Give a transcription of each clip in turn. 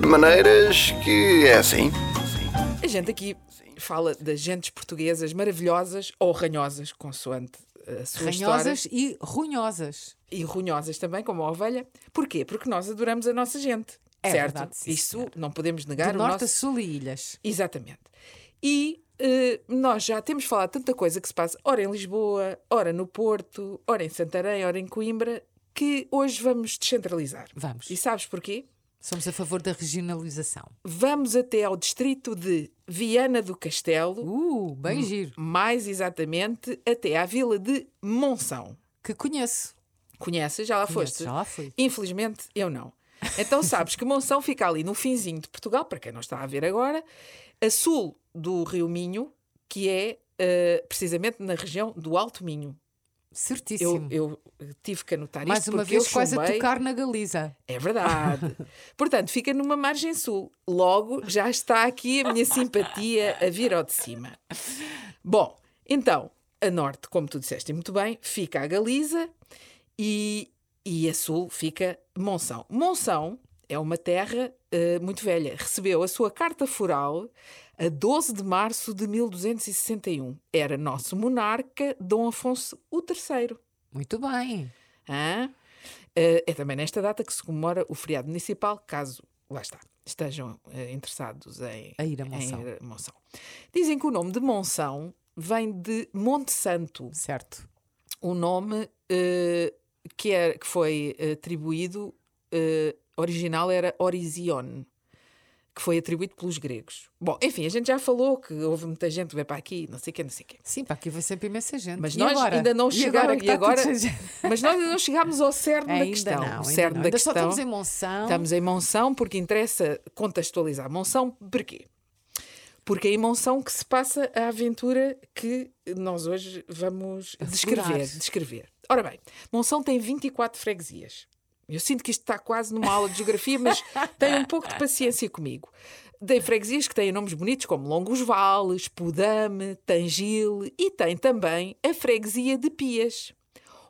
de maneiras que é assim. A gente aqui fala das gentes portuguesas maravilhosas ou ranhosas, consoante a sua história. Ranhosas e runhosas. E runhosas também, como a ovelha. Porquê? Porque nós adoramos a nossa gente. É certo? verdade, sim, Isso senhora. não podemos negar. Do o norte nosso... a sul e ilhas. Exatamente. E eh, nós já temos falado tanta coisa que se passa, ora em Lisboa, ora no Porto, ora em Santarém, ora em Coimbra, que hoje vamos descentralizar. Vamos. E sabes porquê? Somos a favor da regionalização. Vamos até ao distrito de Viana do Castelo, Uh, Hum. bem giro. mais exatamente até à vila de Monção. Que conheço. Conheces? Já lá Conheço, Ah, foste? já lá fui. Infelizmente, eu não. Então sabes que Monção fica ali no finzinho de Portugal, para quem não está a ver agora, a sul do Rio Minho, que é eh, precisamente na região do Alto Minho. Eu, Certíssimo. eu tive que anotar Mais isto uma porque vez, eu quase a chumbei. tocar na Galiza. É verdade. Portanto, fica numa margem sul. Logo, já está aqui a minha simpatia a vir ao de cima. Bom, então, a norte, como tu disseste muito bem, fica a Galiza e, e a sul fica Monção. Monção é uma terra eh, muito velha. Recebeu a sua carta foral a 12 de março de 1261. Era nosso monarca Dom Afonso o III. Muito bem. Hã? Eh, é também nesta data que se comemora o feriado municipal, caso, lá está, estejam eh, interessados em, A ir a em Monção. ir a Monção. Dizem que o nome de Monção vem de Monte Santo, Certo. o nome eh, que, é, que foi eh, atribuído, eh, original era Orizion, que foi atribuído pelos gregos. Bom, enfim, a gente já falou que houve muita gente que veio para aqui, não sei quem, não sei quem. Sim, para aqui vai sempre imensa gente. Mas E nós agora? ainda não E chegaram- agora que e está tudo agora- cheio de gente? Mas nós ainda não chegámos ao cerne da Ainda questão. não, o ainda cerne não. da Ainda só questão. estamos em Monção. Estamos em Monção porque interessa contextualizar Monção. Porquê? Porque é em Monção que se passa a aventura que nós hoje vamos descrever, Aflorar. descrever. Ora bem, Monção tem 24 freguesias. Eu sinto que isto está quase numa aula de geografia, mas tenham um pouco de paciência comigo. Tem freguesias que têm nomes bonitos como Longos Vales, Pudame, Tangil e tem também a freguesia de Pias,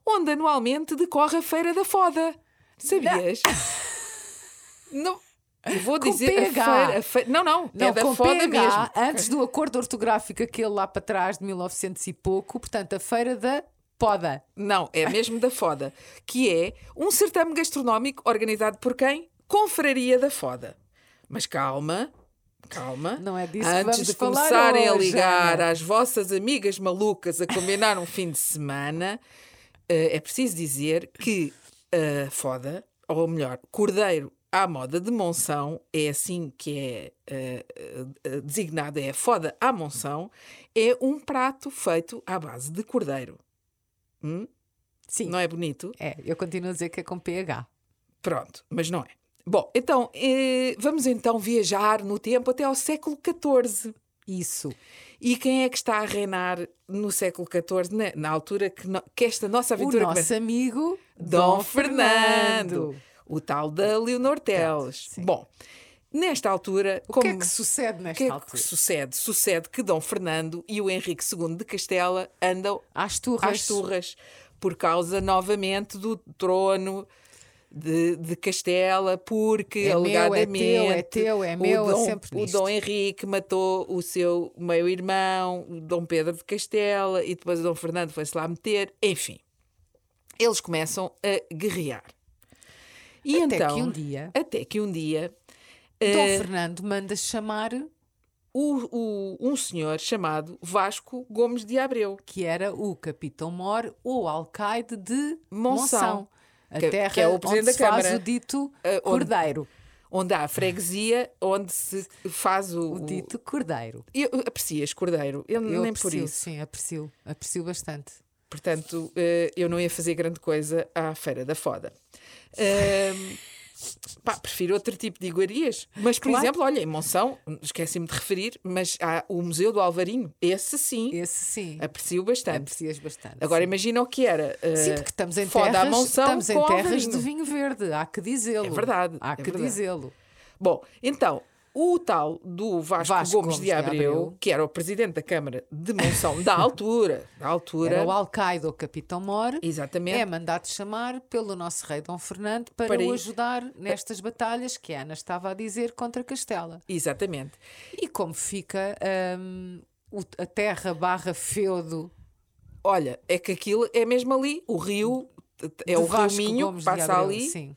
onde anualmente decorre a Feira da Foda. Sabias? Não. Eu vou Com dizer a PH. feira, a feira- Não, não, Não, é da com foda PH, mesmo. antes do acordo ortográfico, aquele lá para trás de 1900 e pouco, portanto, a feira da poda. Não, é mesmo da foda. Que é um certame gastronómico organizado por quem? Confraria da foda. Mas calma, calma. Não é disso que Antes vamos de falar começarem hoje, a ligar Ana. às vossas amigas malucas a combinar um fim de semana, eh, é preciso dizer que a foda, ou melhor, cordeiro à moda de Monção, é assim que é eh, eh, designada, é a foda à Monção, é um prato feito à base de cordeiro. Hum? Sim, Não é bonito? é, eu continuo a dizer que é com PH. Pronto, mas não é. Bom, então eh, vamos então viajar no tempo até ao século XIV. Isso. E quem é que está a reinar no século XIV, na, na altura que, no- que esta nossa aventura o nosso começa? amigo Dom Fernando, o tal da Leonor Teles. sim. Bom, nesta altura, O como que é que sucede o nesta que é que altura? sucede? Sucede que Dom Fernando e o Henrique II de Castela andam Às turras. às turras por causa novamente do trono de, de Castela, porque É meu, alegadamente é teu, é teu, é meu, o é Dom, sempre o nisto. Dom Henrique matou o seu meio-irmão, o Dom Pedro de Castela, e depois o Dom Fernando foi-se lá meter, enfim. Eles começam a guerrear. E Até então, que um dia, até que um dia, Eh. Dom Fernando manda chamar o- o- um senhor chamado Vasco Gomes de Abreu, que era o Capitão Mor ou Alcaide de Monção. Monção. A Que- terra que é o onde presidente se da faz Câmara. o dito Eh, onde- cordeiro. onde há a freguesia, onde se faz o, O dito cordeiro. Eu eu- aprecias Cordeiro, eu, Eu nem aprecio, por isso. Sim, aprecio. Aprecio bastante. Portanto, eh, eu não ia fazer grande coisa à Feira da Foda. Ahm, pá, prefiro outro tipo de iguarias. Mas, por Claro. exemplo, olha, em Monção, esqueci-me de referir, mas há o Museu do Alvarinho. Esse sim, Esse sim. aprecio bastante. Aprecias bastante. Agora sim. imagina o que era. eh, Sim, porque estamos em foda à terras, Monção estamos com em terras de Alvarinho. vinho verde, há que dizê-lo. É verdade, Há é que verdade. dizê-lo. Bom, então, o tal do Vasco, Vasco Gomes, de Abreu, Abreu. que era o presidente da Câmara de Monção da altura, da altura, Era o Al-Qaeda, o Capitão Mor. exatamente, É mandado chamar pelo nosso rei Dom Fernando para, Para o ir- ajudar nestas batalhas que a Ana estava a dizer contra Castela. exatamente. E como fica hum, o- a terra barra feudo Olha, é que aquilo é mesmo ali, o rio t- t- é de o Vasco rio Minho, Gomes de passa Abreu? ali Sim,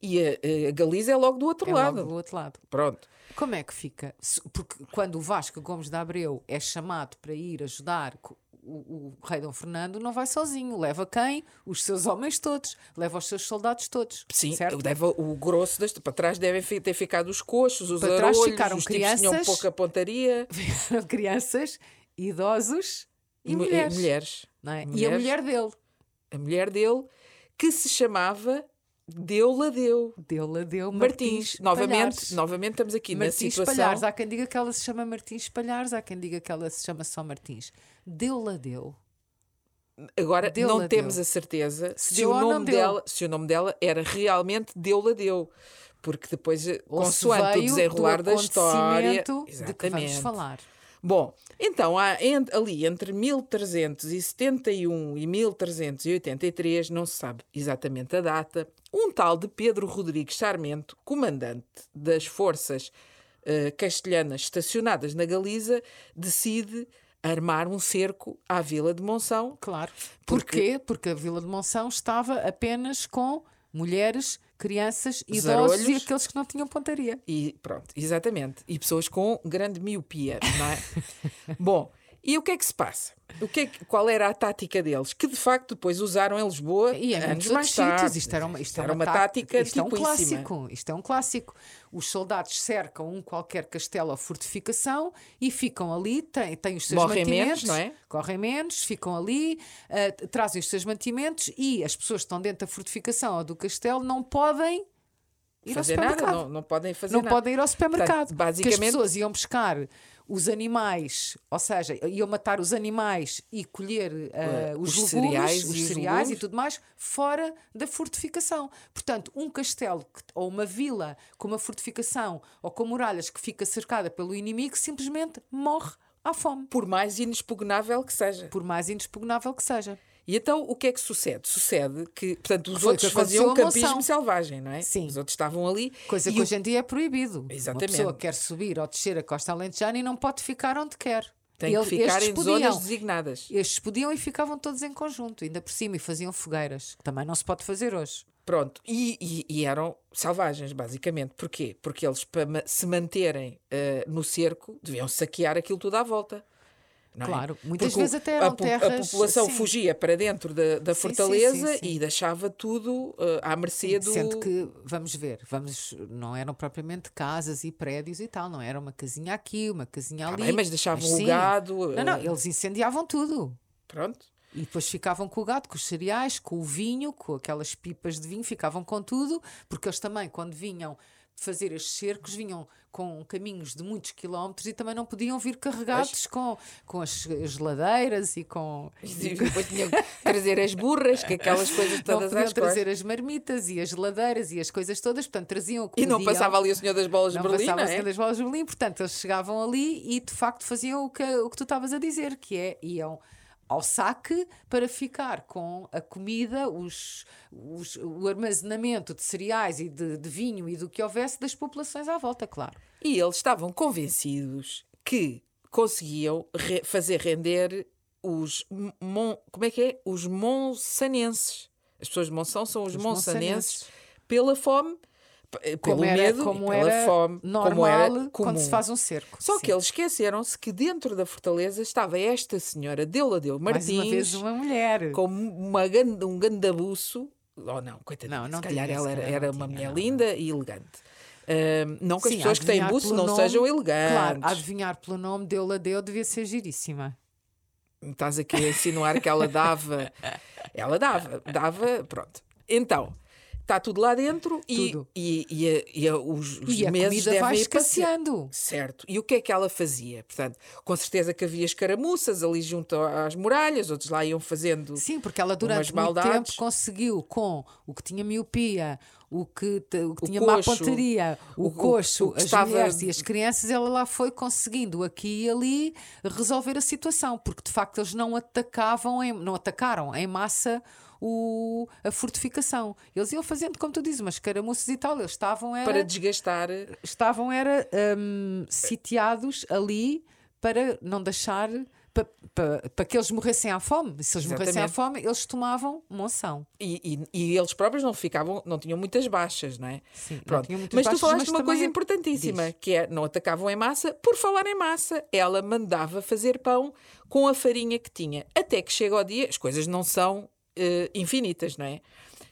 e a, a Galiza é logo do outro é lado. logo do outro lado. Pronto. Como é que fica? Se- Porque quando o Vasco Gomes de Abreu é chamado para ir ajudar co- o, o rei Dom Fernando, não vai sozinho. Leva quem? Os seus homens todos. Leva os seus soldados todos. Sim, certo? deve- o grosso das, para trás devem fi- ter ficado os coxos, os Para trás arolhos, ficaram os tipos que tinham crianças. pouca pontaria Eram crianças, idosos e, mu- mulheres. mulheres. não é? E a Mulheres. mulher dele. A mulher dele, que se chamava Deu-la Deu. Deu-la, deu Martins, Martins. Palhares. novamente, novamente estamos aqui na Martins situação. Palhares. Há quem diga que ela se chama Martins Palhares, há quem diga que ela se chama só Martins. Deu-la, deu. Agora Deu-la não deu. temos a certeza Se se, deu o ou não nome deu. dela, se o nome dela era realmente Deu-la Deu. Porque depois, eh, Ou se consoante o veio do desenrolar da história. acontecimento De que vamos Exatamente. falar. Bom, então há en- ali entre 1371 e 1383, não se sabe exatamente a data, um tal de Pedro Rodrigues Sarmento, comandante das forças eh, castelhanas estacionadas na Galiza, decide armar um cerco à vila de Monção. Claro. Porquê? Porque- Porque a Vila de Monção estava apenas com mulheres, crianças, idosos e arolhos. aqueles que não tinham pontaria. E pronto, exatamente. E pessoas com grande miopia, não é? Bom, e o que é que se passa? O que é que- qual era a tática deles? Que de facto depois usaram em Lisboa E em anos muitos mais outros sítios. tarde. Isto era uma, isto é Era uma tá- tática Isto é um tipuíssima. clássico. Isto é um clássico. Os soldados cercam um qualquer castelo ou fortificação e ficam ali, têm, têm os seus Morrem menos, mantimentos. não é? Correm menos, ficam ali, ah, t- trazem os seus mantimentos e as pessoas que estão dentro da fortificação ou do castelo não podem ir fazer ao nada, supermercado. não, não podem fazer não nada. podem ir ao supermercado. Portanto, Porque basicamente- as pessoas iam buscar os animais, ou seja, iam matar os animais e colher ah, Eh, os, os legumes, cereais os e os cereais e legumes. tudo mais, fora da fortificação. Portanto, um castelo que- ou uma vila com uma fortificação ou com muralhas que fica cercada pelo inimigo simplesmente morre à fome. Por mais inexpugnável que seja. Por mais inexpugnável que seja. E então o que é que sucede? Sucede que, portanto, os Foi o outros que aconteceu faziam a Monção. campismo selvagem, não é? Sim. Os outros estavam ali. Coisa e que o- hoje em dia é proibido. Uma Exatamente. pessoa quer subir ou descer a costa alentejana e não pode ficar onde quer. Tem que Ele- ficar estes em podiam. zonas designadas. Estes podiam e ficavam todos em conjunto, ainda por cima, e faziam fogueiras, que também não se pode fazer hoje. Pronto, e, e- e eram selvagens, basicamente. Porquê? Porque eles, para ma- se manterem eh, no cerco, deviam saquear aquilo tudo à volta. não é? Claro, muitas Porque o- vezes até eram a, po- A terras, população sim. fugia para dentro da, da sim, fortaleza sim, sim. e deixava tudo eh, à mercê do. Sendo que, vamos ver, vamos, não eram propriamente casas e prédios e tal, não era uma casinha aqui, uma casinha ali. Tá Ah, bem, mas deixavam o sim. gado, Não, não, eh, eles incendiavam tudo. Pronto. E depois ficavam com o gado, com os cereais, com o vinho, com aquelas pipas de vinho, ficavam com tudo, porque eles também, quando vinham fazer estes cercos, vinham com caminhos de muitos quilómetros e também não podiam vir carregados com, com as geladeiras e com. E depois tinham que trazer as burras, que aquelas coisas Não todas podiam às costas. trazer as marmitas e as geladeiras e as coisas todas, portanto traziam o que E não podiam. passava ali o senhor das bolas Não de Berlim, passava não a é? cena das bolas de Berlim, portanto eles chegavam ali e de facto faziam o que, o que tu estavas a dizer, que é iam ao saque para ficar com a comida, os, os- o armazenamento de cereais e de, de vinho e do que houvesse das populações à volta, claro. E eles estavam convencidos que conseguiam re- fazer render os mon- mon- como é que é? Os monsanenses. As pessoas de Monção são os, Os monsanenses, pela fome, p- eh, pelo como era, medo, e como pela era fome, normal como era quando comum. se faz um cerco. Só Sim. que eles esqueceram-se que dentro da fortaleza estava esta senhora, Deula Deu Mais Martins, uma vez um uma mulher. com uma ganda- um gandabuço. Ou não, coitadinha, Não, não se calhar tinha, se ela era, calhar era não uma tinha, mulher não, linda e elegante. Ahm, não que as Sim, pessoas que têm adivinhar buço pelo não nome- sejam elegantes. Claro, adivinhar pelo nome deu-la deu devia ser giríssima. Estás aqui a insinuar que ela dava. Ela dava, dava, pronto. Então, está tudo lá dentro e, Tudo. e, e a- e a- os, os e a meses comida vai devem ir passeando. escasseando. Certo. E o que é que ela fazia? Portanto, com certeza que havia escaramuças ali junto às muralhas, outros lá iam fazendo. Sim, porque ela umas durante muito tempo maldades. conseguiu, com o que tinha miopia, o que, te- o que O tinha má coxo. pontaria, o, O- o- coxo, o que as estava- mulheres e as crianças, ela lá foi conseguindo aqui e ali resolver a situação, porque de facto eles não atacavam, em- não atacaram em massa o, a fortificação. Eles iam fazendo, como tu dizes, umas caramuças e tal, eles estavam era, para desgastar. estavam era hum, sitiados ali para não deixar para que eles morressem à fome. Se eles morressem à Exatamente. fome, eles tomavam monção. E, e- e eles próprios não ficavam, não tinham muitas baixas, não é? Sim, não Pronto. tinham muitas mas baixas, tu falaste mas de uma também coisa é- importantíssima, Diz. que é não atacavam em massa, por falar em massa, ela mandava fazer pão com a farinha que tinha. Até que chega ao dia, as coisas não são eh, infinitas, não é?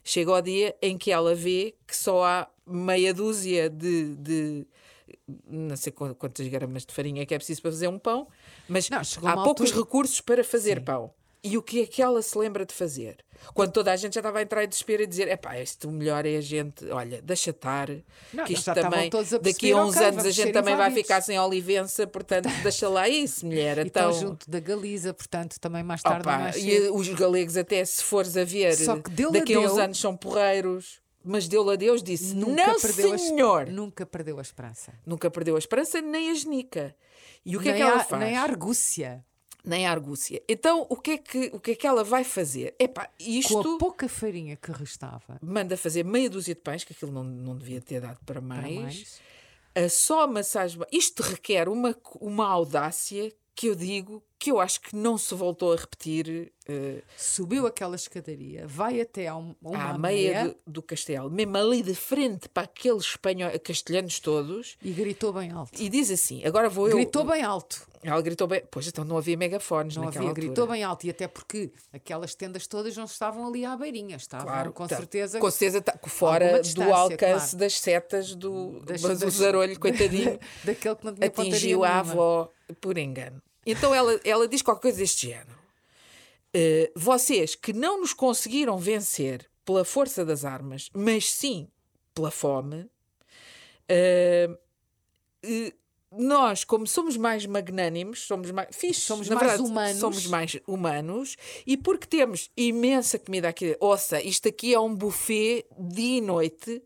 Chega ao dia em que ela vê que só há meia dúzia de. de- não sei qu- quantas gramas de farinha é que é preciso para fazer um pão, mas Não, chegou há uma poucos altura- recursos para fazer pão. E o que é que ela se lembra de fazer? Quando toda a gente já estava a entrar em desespero e dizer: é pá, este o melhor é a gente, olha, deixa estar, Não, que eles isto já estavam também, todos a daqui perceber, a uns "Ok, anos a vamos gente ser também vai invadidos." ficar sem olivença, portanto, deixa lá isso, mulher. E estão então, junto da Galiza, portanto, também mais tarde ou Opa, mais e cedo. os galegos, até se fores a ver, Só que deu-lhe daqui a uns deu. anos são porreiros, mas deu-lhe a Deus, disse: Não, a es- senhor! nunca perdeu a esperança. Nunca perdeu a esperança, nem a genica. E o que nem é que ela a, faz? Nem a argúcia. Nem a argúcia. Então, o que é que, o que, é que ela vai fazer? Epá, Com isto a pouca farinha que restava. manda fazer meia dúzia de pães, que aquilo não, não devia ter dado para para mais. mais. A só massagem. Isto requer uma, co- uma audácia que eu digo que eu acho que não se voltou a repetir. eh, Subiu aquela escadaria, vai até a um, a uma à meia meia do, do castelo, mesmo ali de frente para aqueles espanhol, castelhanos todos, e gritou bem alto. e diz assim: agora vou eu. Gritou bem alto. Ela gritou bem. Pois então não havia megafones Não naquela havia, altura. gritou bem alto. E até porque aquelas tendas todas não estavam ali à beirinha. Estavam Claro, Ah, com tá- certeza. Com certeza tá- fora alguma do distância, alcance claro. das setas do. das- mas o das- zarolho, coitadinho, daquele que não tinha pontaria atingiu a nenhuma. avó por engano. Então ela, ela diz qualquer coisa deste género. Eh, vocês que não nos conseguiram vencer pela força das armas, mas sim pela fome, eh, eh, nós, como somos mais magnânimos, somos mais fixe, Somos na mais verdade, humanos. somos mais humanos e porque temos imensa comida aqui, ouça, isto aqui é um buffet dia e noite.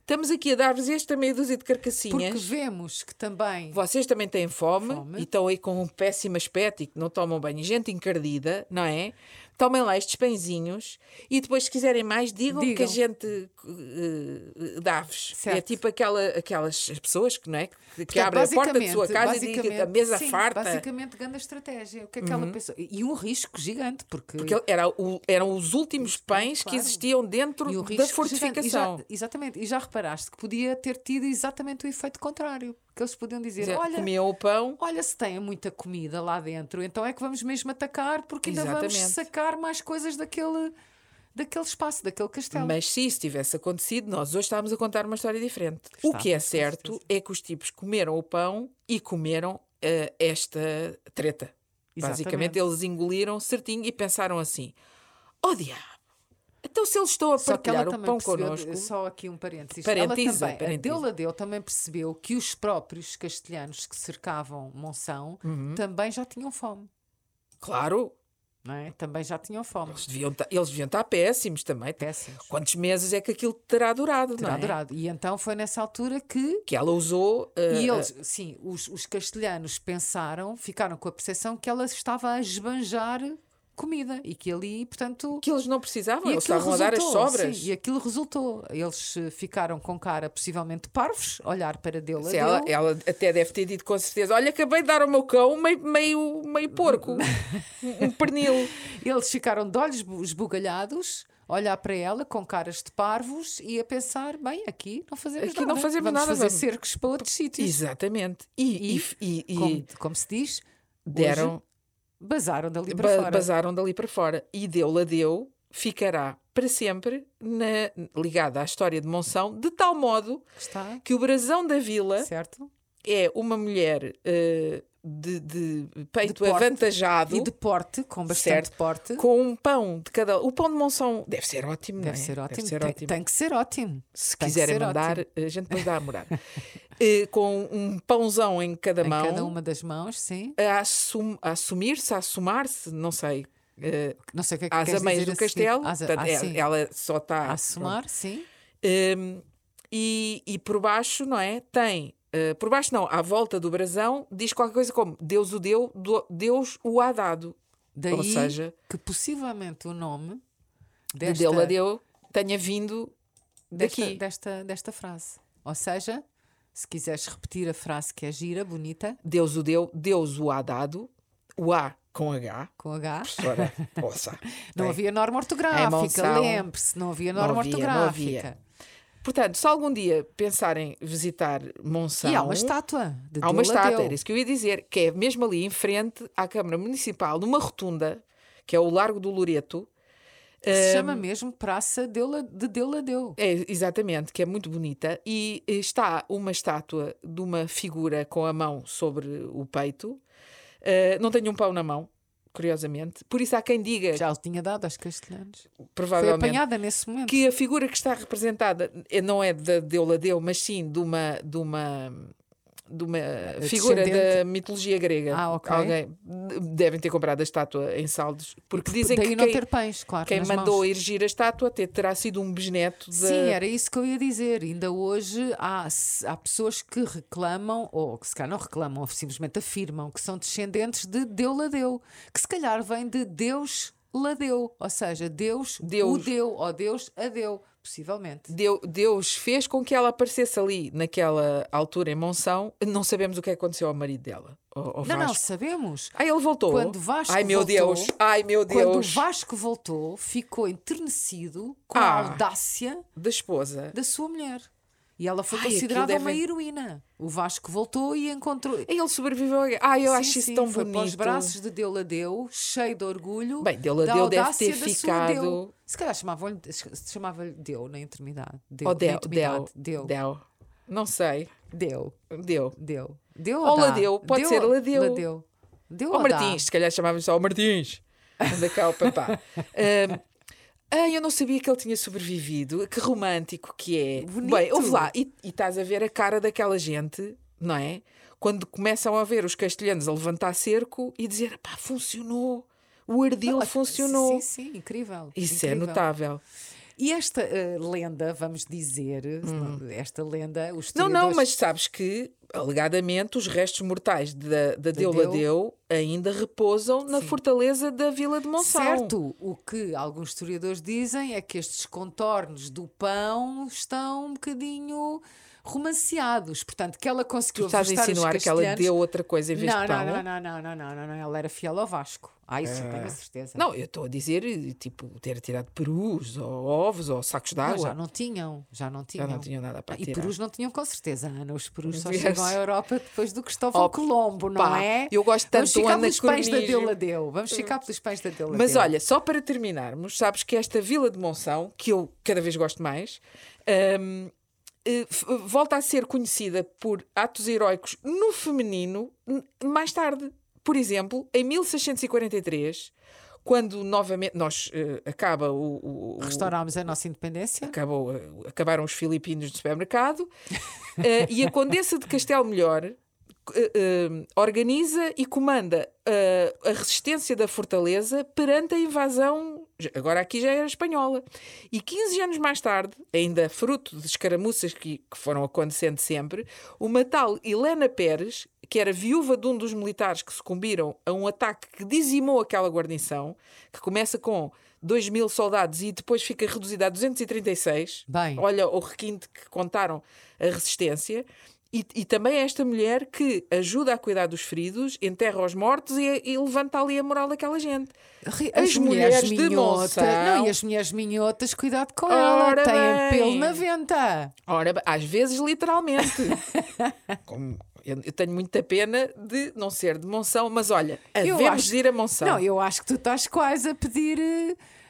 Estamos aqui a dar-vos esta meia dúzia de carcassinhas. Porque vemos que também. Vocês também têm fome, Fome. e estão aí com um péssimo aspecto e que não tomam banho. E Gente encardida, não é? Tomem lá estes pãezinhos e depois, se quiserem mais, digam, que a Digam. gente eh, eh, dá-vos. É Certo. tipo aquela, aquelas pessoas que, não é? que, que Portanto, abrem a porta da basicamente- sua casa e dizem que a basicamente- mesa sim, farta. Uhum. Basicamente, grande estratégia. O que é que ela pensou? E e um risco gigante, porque. Porque era o- eram os últimos pães que claro. existiam dentro e um da risco fortificação. gigante. E já- exatamente. E já reparaste que podia ter tido exatamente o efeito contrário. Que eles podiam dizer: Quer dizer, olha, Comiam o pão. olha, se tem muita comida lá dentro, então é que vamos mesmo atacar, porque ainda vamos Exatamente. sacar mais coisas daquele, daquele espaço, daquele castelo. Mas se isso tivesse acontecido, nós hoje estávamos a contar uma história diferente. o Estávamos, que é com certo é que os tipos comeram o pão e comeram eh, esta treta. Basicamente, Exatamente. eles engoliram certinho e pensaram assim: oh diabo, então se eles estão a Só que ela partilhar o também pão percebeu, connosco. só aqui um parênteses. Parênteses, ela também, parênteses. A Deula Deu também percebeu que os próprios castelhanos que cercavam Monção Uhum. também já tinham fome. Claro, Não é? Também já tinham fome. eles deviam, ta- eles deviam estar péssimos também. Péssimos. Quantos meses é que aquilo terá durado? Terá não é? durado. E então foi nessa altura que. Que ela usou. eh, E eles, sim, os, os castelhanos pensaram, ficaram com a percepção que ela estava a esbanjar comida e que ali, portanto. que eles não precisavam, e eles aquilo estavam Ah, a dar as resultou, sobras. sim, e aquilo resultou. Eles eh, ficaram com cara possivelmente de parvos, olhar para Deula. Se ela, Deu. ela até deve ter dito com certeza: Olha, acabei de dar ao meu cão meio, meio, meio porco, um pernil. Eles ficaram de olhos bu- esbugalhados, a olhar para ela com caras de parvos e a pensar: bem, aqui não fazemos Aqui não nada. fazemos vamos nada, fazer vamos." cercos para outros sítios. Exatamente. E, e, e- e como, como se diz, deram, hoje bazaram dali para ba- fora. basaram dali para fora. E deu-la deu, ficará para sempre na- ligada à história de Monção, de tal modo Está, que o brasão da vila certo? é uma mulher eh, de, de peito porte. avantajado. E de porte, com bastante Certo. porte. Com um pão de cada. O pão de Monção deve ser ótimo, Deve não é? ser ótimo. tem, tem que ser ótimo. se Tem que quiserem ser mandar, ótimo. a gente depois dá a morada. Eh, com um pãozão em cada Em mão, cada uma das mãos, sim. a, assum- a assumir-se, a assumar-se, não sei, eh, Não sei o que é que às queres ameias dizer do a seguir. castelo. Às a- portanto, ah, é- sim. ela só está A somar, sim. pronto. Hum, e, e por baixo, não é? Tem. eh, por baixo, não, à volta do brasão, diz qualquer coisa como Deus o deu, do- Deus o há dado. Daí Ou seja, que possivelmente o nome de desta, Deu a deu tenha vindo desta, daqui. Desta, desta frase. Ou seja, se quiseres repetir a frase que é gira, bonita, Deus o deu, Deus o há dado, o há com H. com H, Ora, poça. não Bem, havia Em norma ortográfica. Monção, Lembre-se, não havia não norma havia, não havia. ortográfica. Portanto, se algum dia pensarem visitar Monção. E há uma estátua de Há uma Deu estátua, Ladeu. era isso que eu ia dizer, que é mesmo ali em frente à Câmara Municipal, numa rotunda, que é o Largo do Loreto. que se chama ehm, mesmo Praça Deula- de Deu Ladeu. É, exatamente, que é muito bonita. E eh, está uma estátua de uma figura com a mão sobre o peito. Eh, não tem um pau na mão, curiosamente. Por isso há quem diga, Já o tinha dado aos castelhanos. Foi provavelmente, apanhada nesse momento. que a figura que está representada eh, não é da Deuladeu, mas sim de uma, de uma, de uma figura da descendente. mitologia grega. Ah, ok. Alguém devem ter comprado a estátua em saldos, porque dizem Daí que não quem, ter pães, claro. quem nas mandou mãos. erigir a estátua até terá sido um bisneto da. Sim, é. era isso que eu ia dizer. Ainda hoje há, há pessoas que reclamam, ou que se calhar não reclamam, ou simplesmente afirmam que são descendentes de Deu Ladeu, que se calhar vem de Deus Ladeu, ou seja, Deus, o Deus. deu, ou Deus a deu, possivelmente. Deu- Deus fez com que ela aparecesse ali naquela altura em Monção. Não sabemos o que aconteceu ao marido dela. Ao, ao Não, não, Vasco. sabemos. Aí ele voltou. Quando Vasco Ai meu voltou- Deus. Ai meu Quando o Deus. Vasco voltou, ficou enternecido com a Ah. audácia Da esposa. da sua mulher. E ela foi Ai, considerada aquilo uma deve- heroína. O Vasco voltou e encontrou. Aí ele sobreviveu. à guerra. Ai, eu Sim, acho isso sim, tão foi bonito. Para os braços de Deu Ladeu, cheio de orgulho. Bem, Deu da Ladeu deve audácia ter da sua Deu. ficado- Se calhar chamavam-lhe se chamava-lhe Deu na intimidade. Deu, Ou na Del, intimidade. Del, Deu. Del. Não sei. Deu. Deu. Deu. Deu Ou dá? Ladeu, pode Deu ser ou- Ladeu. Ladeu. Deu Ou ou dá? Martins, se calhar chamavam só o Martins. Anda cá o papá. Ahm, ah, eu não sabia que ele tinha sobrevivido. Que romântico que é. Bonito. Bem, ouve lá. E, e estás a ver a cara daquela gente, não é? Quando começam a ver os castelhanos a levantar cerco e dizer, pá, funcionou. O ardil funcionou. Sim, sim, incrível. Isso é incrível. notável. E esta eh, lenda, vamos dizer, esta lenda, os Hum. Não, não, mas sabes que, alegadamente, os restos mortais da, da Deula Deu. Deu ainda repousam na fortaleza da Vila de Monção. Certo, o que alguns historiadores dizem é que estes contornos do pão estão um bocadinho romanceados. Portanto, que ela Tu conseguiu estás a afastar os insinuar que ela castelhanos- deu outra coisa em vez não, de não, pão? não, não, não, não, não, não, não, ela era fiel ao Vasco. Ah, isso eu tenho a certeza. Não, eu estou a dizer, tipo, ter tirado perus, ou ovos, ou sacos de Não, água. já não tinham, já não Já tinham. não tinha nada para e tirar. perus não tinham com certeza, Ana. Os perus só Yes. chegam à Europa depois do Cristóvão Oh, Colombo, não pá, é? eu gosto Vamos tanto do ficar pelos pés da anacronismo. Deula Deu. Vamos ficar pelos pés da Deula Hum. Mas Deu. olha, só para terminarmos, sabes que esta Vila de Monção, que eu cada vez gosto mais, hum, eh, f- volta a ser conhecida por atos heróicos no feminino n- mais tarde. Por exemplo, em 1643, quando novamente nós eh, acaba o- o- o, restaurámos é a nossa independência. acabou, eh, acabaram os filipinos do supermercado eh, e a Condessa de Castelo Melhor eh, eh, organiza e comanda eh, a resistência da fortaleza perante a invasão, já- agora aqui já era espanhola. E 15 anos mais tarde, ainda fruto de escaramuças que, que foram acontecendo sempre, uma tal Helena Pérez, que era viúva de um dos militares que sucumbiram a um ataque que dizimou aquela guarnição, que começa com 2 mil soldados e depois fica reduzida a 236. Bem. Olha o requinte que contaram a resistência. E, e também é esta mulher que ajuda a cuidar dos feridos, enterra os mortos e, e levanta ali a moral daquela gente. Ri- As mulheres de minhotas. Monção. Não, e as mulheres minhotas, cuidado com Ora ela, têm bem. pelo na venta. Ora, bem, às vezes literalmente. Como eu, eu tenho muita pena de não ser de Monção, mas olha, Eu havemos acho- de ir a Monção. Não, eu acho que tu estás quase a pedir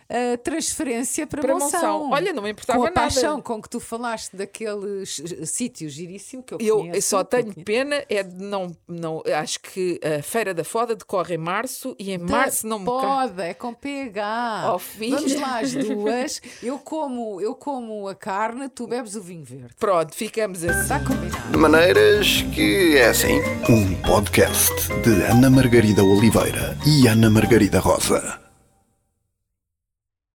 eh, a transferência para, Para Monção. Monção. Olha, não me importava Com a nada. paixão com que tu falaste daquele s- sítio giríssimo que eu Eu conheço. só que eu tenho conheço. pena é de não, não. Acho que a Feira da Foda decorre em março e em Da março não me cai. Pode, é com PH. Oh, filha. Vamos lá, as duas. Eu como, eu como a carne, tu bebes o vinho verde. Pronto, ficamos assim. Está combinado. De maneiras que é assim. Um podcast de Ana Margarida Oliveira e Ana Margarida Rosa.